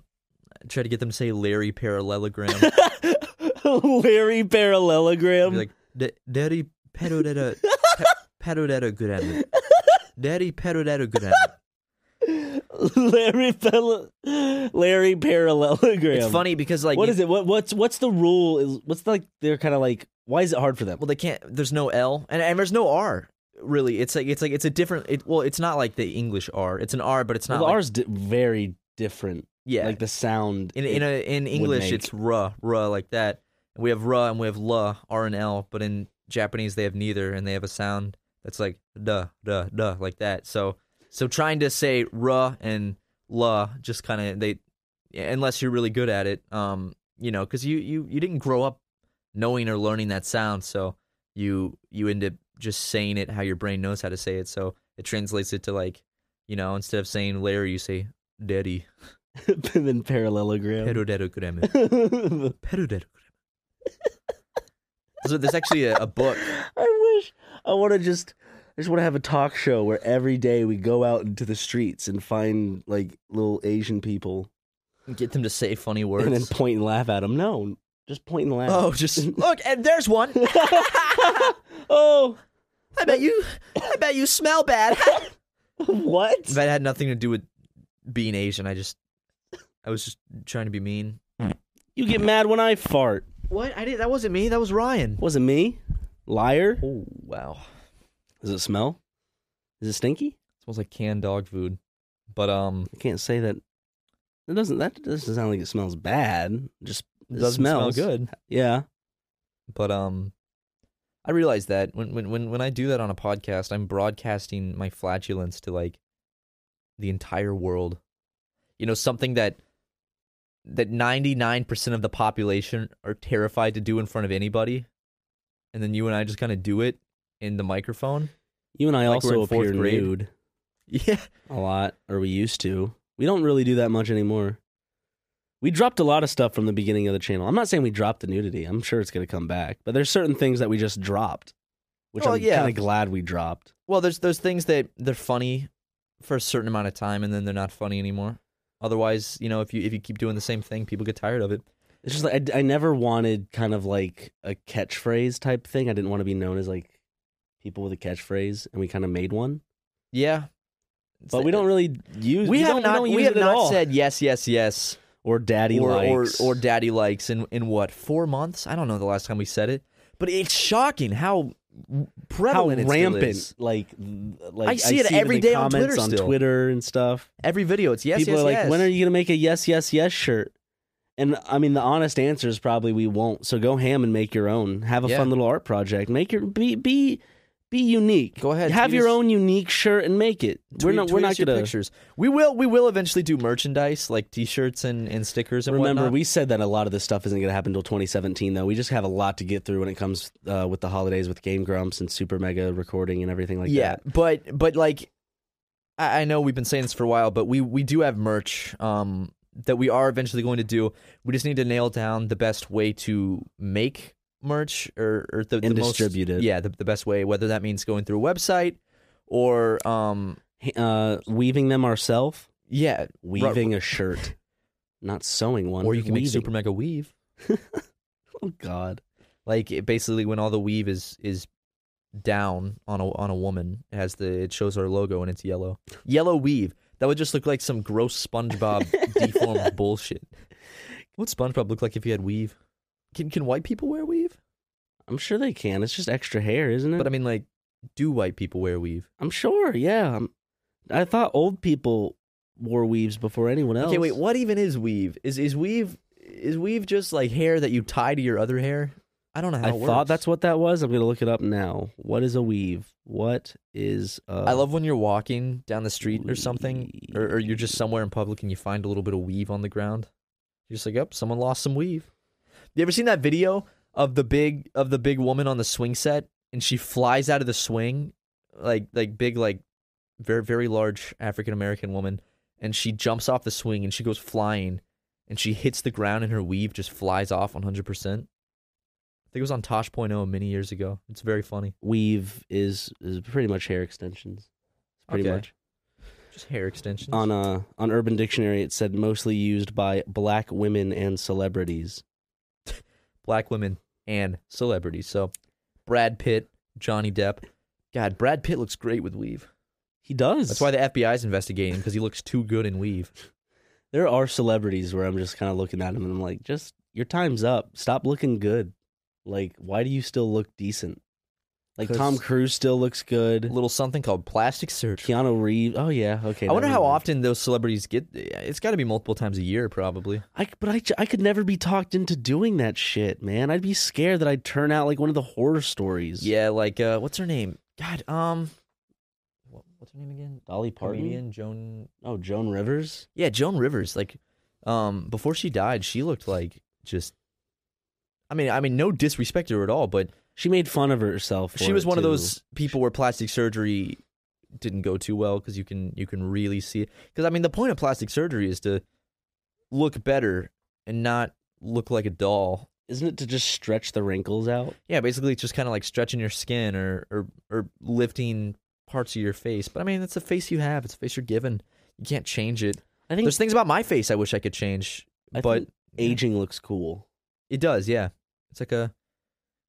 S1: I tried to get them to say Larry parallelogram, I'd
S2: Larry
S1: be
S2: Parallelogram.
S1: Um, like "Da- Daddy parallela- pa- Perorero Grande. Larry Perorero Grande.
S2: Larry Pel- Larry Parallelogram.
S1: It's funny because like
S2: what
S1: you-
S2: is it? What what's what's the rule? Is what's like they're kind of like why is it hard for them?
S1: Well, they can't. There's no L and, and there's no R. Really, it's like it's like it's a different. It, well, it's not like the English R. It's an R, but it's
S2: Well,
S1: not.
S2: the
S1: like,
S2: R's di- very different.
S1: yeah.
S2: Like the sound
S1: in in a, in English,
S2: make.
S1: it's ruh ruh like that. We have ruh and we have la R and L, but in Japanese they have neither, and they have a sound that's like duh duh duh like that. So so trying to say ruh and la just kind of they unless you're really good at it, um, you know, because you you you didn't grow up knowing or learning that sound, so you you end up just saying it how your brain knows how to say it. So it translates it to like you know instead of saying Larry, you say Daddy.
S2: and then parallelogram.
S1: Perodedogramma. Perodedogramma. so there's actually a, a book.
S2: I wish I want to just I just want to have a talk show where every day we go out into the streets and find like little Asian people
S1: Get them to say funny words.
S2: and then point and laugh at them. No, just point and laugh.
S1: oh, just look, and there's one.
S2: oh,
S1: I bet you, I bet you smell bad.
S2: what?
S1: that had nothing to do with being Asian. I just, I was just trying to be mean.
S2: You get mad when I fart.
S1: What? I didn't. That wasn't me. That was Ryan.
S2: Was it me? Liar.
S1: Oh wow,
S2: Does it smell? Is it stinky?
S1: smells like canned dog food. But um,
S2: I can't say that. It doesn't. That doesn't sound like it smells bad. It Just it
S1: doesn't
S2: smells
S1: smell good.
S2: Yeah.
S1: But um, I realize that when when when when I do that on a podcast, I'm broadcasting my flatulence to like the entire world. You know, something that that 99% of the population are terrified to do in front of anybody, and then you and I just kind of do it in the microphone.
S2: You and I
S1: Like we're
S2: also
S1: in fourth
S2: appear
S1: grade.
S2: nude
S1: Yeah.
S2: a lot, or we used to. We don't really do that much anymore. We dropped a lot of stuff from the beginning of the channel. I'm not saying we dropped the nudity. I'm sure it's going to come back, but there's certain things that we just dropped, which
S1: Well,
S2: I'm
S1: yeah.
S2: kind of glad we dropped.
S1: Well, there's those things that they're funny for a certain amount of time, and then they're not funny anymore. Otherwise, you know, if you if you keep doing the same thing, people get tired of it.
S2: It's just like I, I never wanted kind of like a catchphrase type thing. I didn't want to be known as like people with a catchphrase, and we kind of made one,
S1: Yeah. It's
S2: but
S1: like-
S2: we don't really use.
S1: we have
S2: don't,
S1: not
S2: don't
S1: we,
S2: use
S1: have
S2: it at
S1: not
S2: all.
S1: said yes yes yes
S2: or daddy
S1: or, or
S2: likes
S1: or daddy likes in in what four months i don't know the last time we said it but it's shocking how
S2: how
S1: prevalent it still
S2: rampant
S1: is.
S2: like like
S1: I see it
S2: in
S1: every
S2: the
S1: day on
S2: comments
S1: Twitter
S2: on
S1: still.
S2: Twitter and stuff.
S1: every video it's yes
S2: People
S1: yes
S2: are like,
S1: yes
S2: when are you gonna make a yes yes yes shirt? And I mean, the honest answer is probably we won't. So go ham and make your own. Have a
S1: Yeah.
S2: fun little art project. Make your be be be unique.
S1: Go ahead,
S2: Have
S1: tweet
S2: your
S1: us-
S2: own unique shirt and make it. we're
S1: Tweet-
S2: not we're
S1: tweet
S2: not
S1: us your
S2: gonna
S1: pictures we will we will eventually do merchandise like t-shirts and and stickers and
S2: remember.
S1: whatnot.
S2: We said that a lot of this stuff isn't gonna happen until 2017, though. We just have a lot to get through when it comes uh, with the holidays, with Game Grumps and Super Mega recording and everything like
S1: yeah
S2: that.
S1: but but like I, I know we've been saying this for a while but we we do have merch um that we are eventually going to do we just need to nail down the best way to make merch or, or the,
S2: And
S1: the most-
S2: distribute it.
S1: yeah the, the best way whether that means going through a website or um
S2: Uh, weaving them ourselves.
S1: yeah ru-
S2: weaving a shirt, not sewing one.
S1: or you can
S2: weaving.
S1: make super mega weave
S2: Oh God,
S1: like it basically when all the weave is is down on a on a woman it has the it shows our logo and it's yellow yellow weave that would just look like some gross SpongeBob deformed bullshit. What SpongeBob look like if he had weave? Can can white people wear weave?
S2: I'm sure they can. It's just extra hair, isn't it?
S1: But I mean, like, do white people wear weave?
S2: I'm sure. Yeah, I'm, I thought old people wore weaves before anyone else.
S1: Okay, wait. What even is weave? Is is weave is weave just like hair that you tie to your other hair? I don't know how
S2: I
S1: it
S2: thought
S1: works.
S2: that's what that was. I'm gonna look it up now. What is a weave? What is? uh, A...
S1: I love when you're walking down the street or something, or, or you're just somewhere in public and you find a little bit of weave on the ground. You're just like, "Yep, someone lost some weave." You ever seen that video of the big of the big woman on the swing set and she flies out of the swing, like like big like very very large African American woman, and she jumps off the swing and she goes flying, and she hits the ground and her weave just flies off 100. percent I think it was on Tosh.0 many years ago. It's very funny.
S2: weave is is pretty much hair extensions. It's pretty
S1: Okay.
S2: much.
S1: Just hair extensions.
S2: on uh on Urban Dictionary it said mostly used by black women and celebrities.
S1: black women and celebrities. So Brad Pitt, Johnny Depp, God, Brad Pitt looks great with Weave.
S2: He does.
S1: That's why the FBI's investigating because he looks too good in Weave.
S2: there are celebrities where I'm just kind of looking at them and I'm like, just your time's up. Stop looking good. Like, why do you still look decent? Like
S1: 'Cause-
S2: Tom Cruise still looks
S1: A
S2: good.
S1: little something called plastic surgery.
S2: Keanu Reeves. Oh yeah. Okay.
S1: I wonder
S2: never
S1: how
S2: mind.
S1: often those celebrities get. It's got to be multiple times a year, probably.
S2: I c- but I j- I could never be talked into doing that shit, man. I'd be scared that I'd turn out like one of the horror stories.
S1: Yeah, like uh, what's her name? God, um, what, what's her name again?
S2: Dolly Parton.
S1: Comedian Joan.
S2: Oh, Joan Rivers.
S1: Yeah, Joan Rivers. Like, um, before she died, she looked like just. I mean, I mean, no disrespect to her at all, but
S2: She made fun of herself. for
S1: she was
S2: it,
S1: one of
S2: too.
S1: those people where plastic surgery didn't go too well because you can you can really see it. Because I mean, the point of plastic surgery is to look better and not look like a doll.
S2: Isn't it to just stretch the wrinkles out?
S1: Yeah, basically, it's just kind of like stretching your skin or or or lifting parts of your face. But I mean, that's the face you have. It's the face you're given. You can't change it.
S2: I think,
S1: There's things about my face I wish I could change,
S2: I
S1: but
S2: think aging looks cool.
S1: it does. Yeah, it's like a,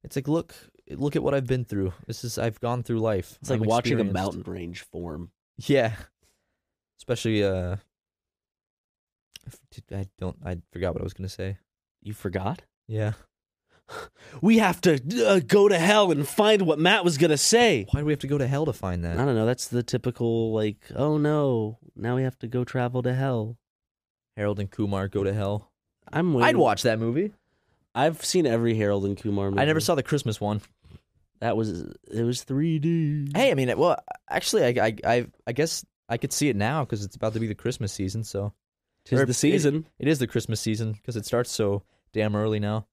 S1: it's like look look at what I've been through. This is I've gone through life.
S2: It's like
S1: I'm
S2: watching a
S1: experienced.
S2: mountain range form.
S1: Yeah. Especially uh I f- did- I don't I forgot what I was going to say.
S2: You forgot?
S1: Yeah.
S2: We have to uh, go to hell and find what Matt was gonna say.
S1: Why do we have to go to hell to find
S2: I
S1: that?
S2: don't know. That's the typical like, oh no, now we have to go travel to hell.
S1: Harold and Kumar go to hell.
S2: I'm. Waiting.
S1: I'd watch that movie.
S2: I've seen every Harold and Kumar movie.
S1: I never saw the Christmas one.
S2: That was it was 3D.
S1: Hey, I mean, it- well, actually I I I, I guess I could see it now cuz it's about to be the Christmas season, so
S2: tis
S1: or
S2: the
S1: it-
S2: season.
S1: it is the Christmas season cuz it starts so damn early now.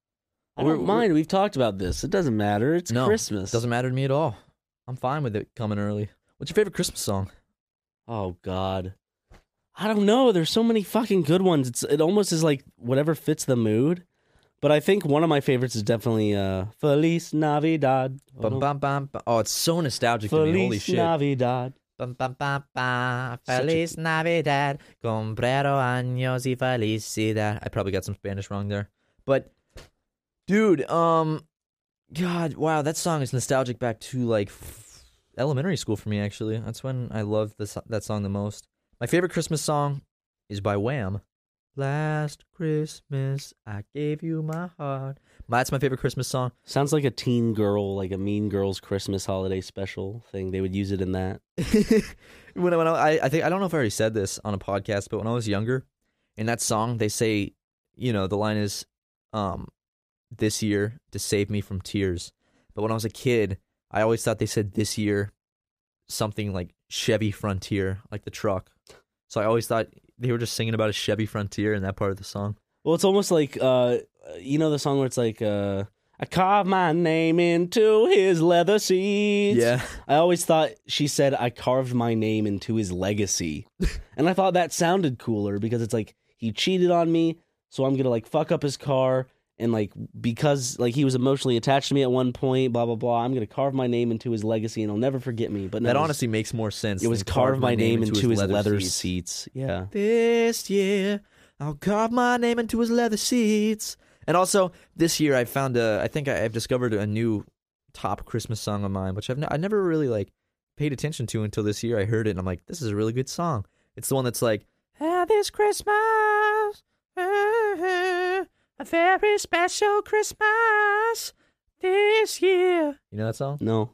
S2: I don't
S1: We're-
S2: mind. We've talked about this. It doesn't matter. It's
S1: no,
S2: Christmas.
S1: Doesn't matter to me at all. I'm fine with it coming early. What's your favorite Christmas song?
S2: Oh God, I don't know. There's so many fucking good ones. It's it almost is like whatever fits the mood. But I think one of my favorites is definitely uh, Feliz Navidad. Oh,
S1: Bum,
S2: no.
S1: bum, bum, bum. Oh, it's so nostalgic to
S2: Feliz
S1: me. Holy shit.
S2: Navidad.
S1: Bum, bum, bum, bum.
S2: Such a-
S1: Feliz Navidad, comprero años y felicidad. I probably got some Spanish wrong there, but dude, um, God, wow, that song is nostalgic back to like f- elementary school for me. Actually, that's when I loved this that song the most. My favorite Christmas song is by Wham. Last Christmas, I gave you my heart. My- That's my favorite Christmas song.
S2: Sounds like a teen girl, like a Mean Girls Christmas holiday special thing. They would use it in that.
S1: when I, when I, I think I don't know if I already said this on a podcast, but when I was younger, in that song they say, you know, the line is, um, "This year to save me from tears." But when I was a kid, I always thought they said "this year," something like Chevy Frontier, like the truck. So I always thought they were just singing about a Chevy Frontier in that part of the song.
S2: Well, it's almost like uh, you know the song where it's like uh, I carved my name into his leather seats. I always thought she said I carved my name into his legacy. and I thought that sounded cooler because it's like he cheated on me, so I'm going to like fuck up his car and like because like he was emotionally attached to me at one point, blah blah blah, I'm going to carve my name into his legacy and he'll never forget me. But no,
S1: that
S2: it was-
S1: honestly makes more sense.
S2: it was
S1: than
S2: carve my name into, his, leather,
S1: seats.
S2: seats. Yeah.
S1: This year, I'll carve my name into his leather seats. And also, this year I found a, I think I, I've discovered a new top Christmas song of mine, which I've n- I never really like paid attention to until this year. I heard it and I'm like, this is a really good song. It's the one that's like, ah, this Christmas, uh-huh, a very special Christmas this year. You know that song?
S2: No.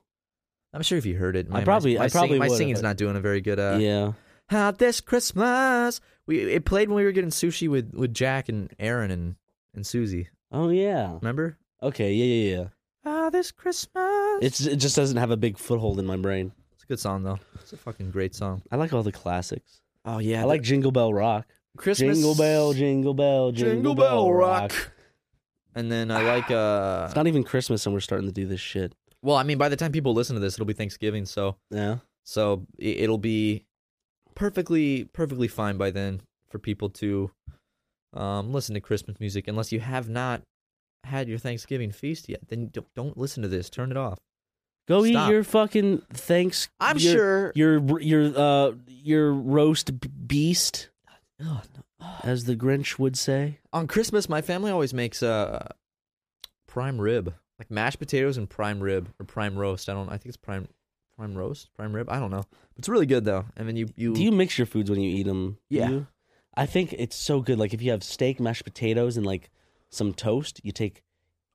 S1: I'm sure if you heard it, my, my-
S2: probably-
S1: my,
S2: I probably
S1: sing- my
S2: would if
S1: singing's
S2: I-
S1: not doing a very good. Uh,
S2: yeah.
S1: Ah, this Christmas. We it played when we were getting sushi with, with Jack and Aaron and, and Susie.
S2: Oh yeah.
S1: Remember?
S2: Okay, yeah yeah yeah.
S1: Ah, this Christmas.
S2: It's it just doesn't have a big foothold in my brain.
S1: it's a good song though. It's a fucking great song.
S2: I like all the classics.
S1: Oh yeah,
S2: I like Jingle Bell Rock.
S1: Christmas.
S2: Jingle bell, jingle bell, jingle, bell, rock.
S1: And then I like uh.
S2: It's not even Christmas, and we're starting to do this shit.
S1: Well, I mean, by the time people listen to this, it'll be Thanksgiving, so
S2: Yeah,
S1: so i- it'll be perfectly perfectly fine by then for people to um listen to Christmas music unless you have not had your Thanksgiving feast yet. Then don't don't listen to this. Turn it off.
S2: go
S1: Stop.
S2: eat your fucking thanks.
S1: I'm
S2: your-
S1: sure.
S2: your your uh your roast b- beast,
S1: Ugh, no.
S2: as the Grinch would say.
S1: On Christmas, my family always makes uh, prime rib, like mashed potatoes and prime rib or prime roast. I don't. I think it's prime prime roast, prime rib. I don't know. It's really good though. I mean, you you,
S2: Do you mix your foods when you eat them?
S1: Yeah.
S2: I think it's so good. Like if you have steak, mashed potatoes, and like some toast, you take